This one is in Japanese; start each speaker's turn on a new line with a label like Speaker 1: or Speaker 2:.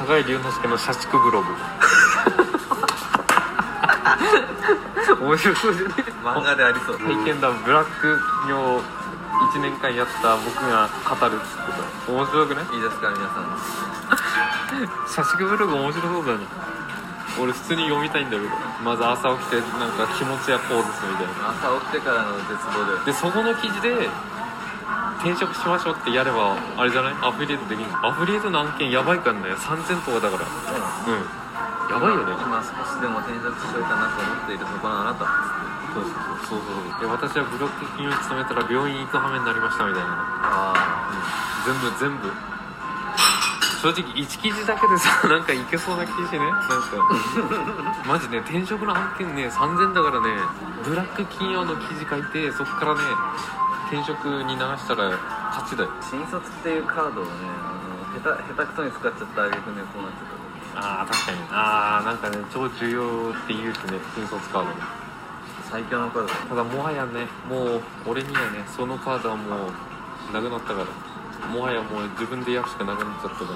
Speaker 1: 坂井龍之介の社畜ブログ面白そうじゃね
Speaker 2: 漫画でありそう
Speaker 1: 体験談ブラック業を1年間やった僕が語るっつってた面白くない
Speaker 2: いいですか皆さん
Speaker 1: 社畜ブログ面白そうだね俺普通に読みたいんだけどまず朝起きてなんか気持ちやポーズするみたいな
Speaker 2: 朝起きてからの絶望
Speaker 1: で
Speaker 2: で
Speaker 1: そこの記事で転職しましょうってやればあれじゃないアフィリエイトできるのアフィリエイトの案件やばいからね3000とかだからうんやばいよね
Speaker 2: 今少しでも転職しようかなと思っているそこのあなた
Speaker 1: そうそうそうそうで私はブロック金融に勤めたら病院行く羽目になりましたみたいな
Speaker 2: あ
Speaker 1: 全部全部正直1記事だけでさ なんかいけそうな記事ねなんかマジね転職の案件ね3000だからねブラック金曜の記事書いてそっからね転職に流したら勝ちだよ
Speaker 2: あ新卒っていうカードをねあの下手下手くそに使っちゃったあげくねこうな
Speaker 1: あ
Speaker 2: っちゃった
Speaker 1: あ確かにああなんかね超重要って言うとね新卒カード
Speaker 2: 最強のカードだ
Speaker 1: ただもはやねもう俺にはねそのカードはもうなくなったからもはやもう自分でやるしかなくなっちゃったから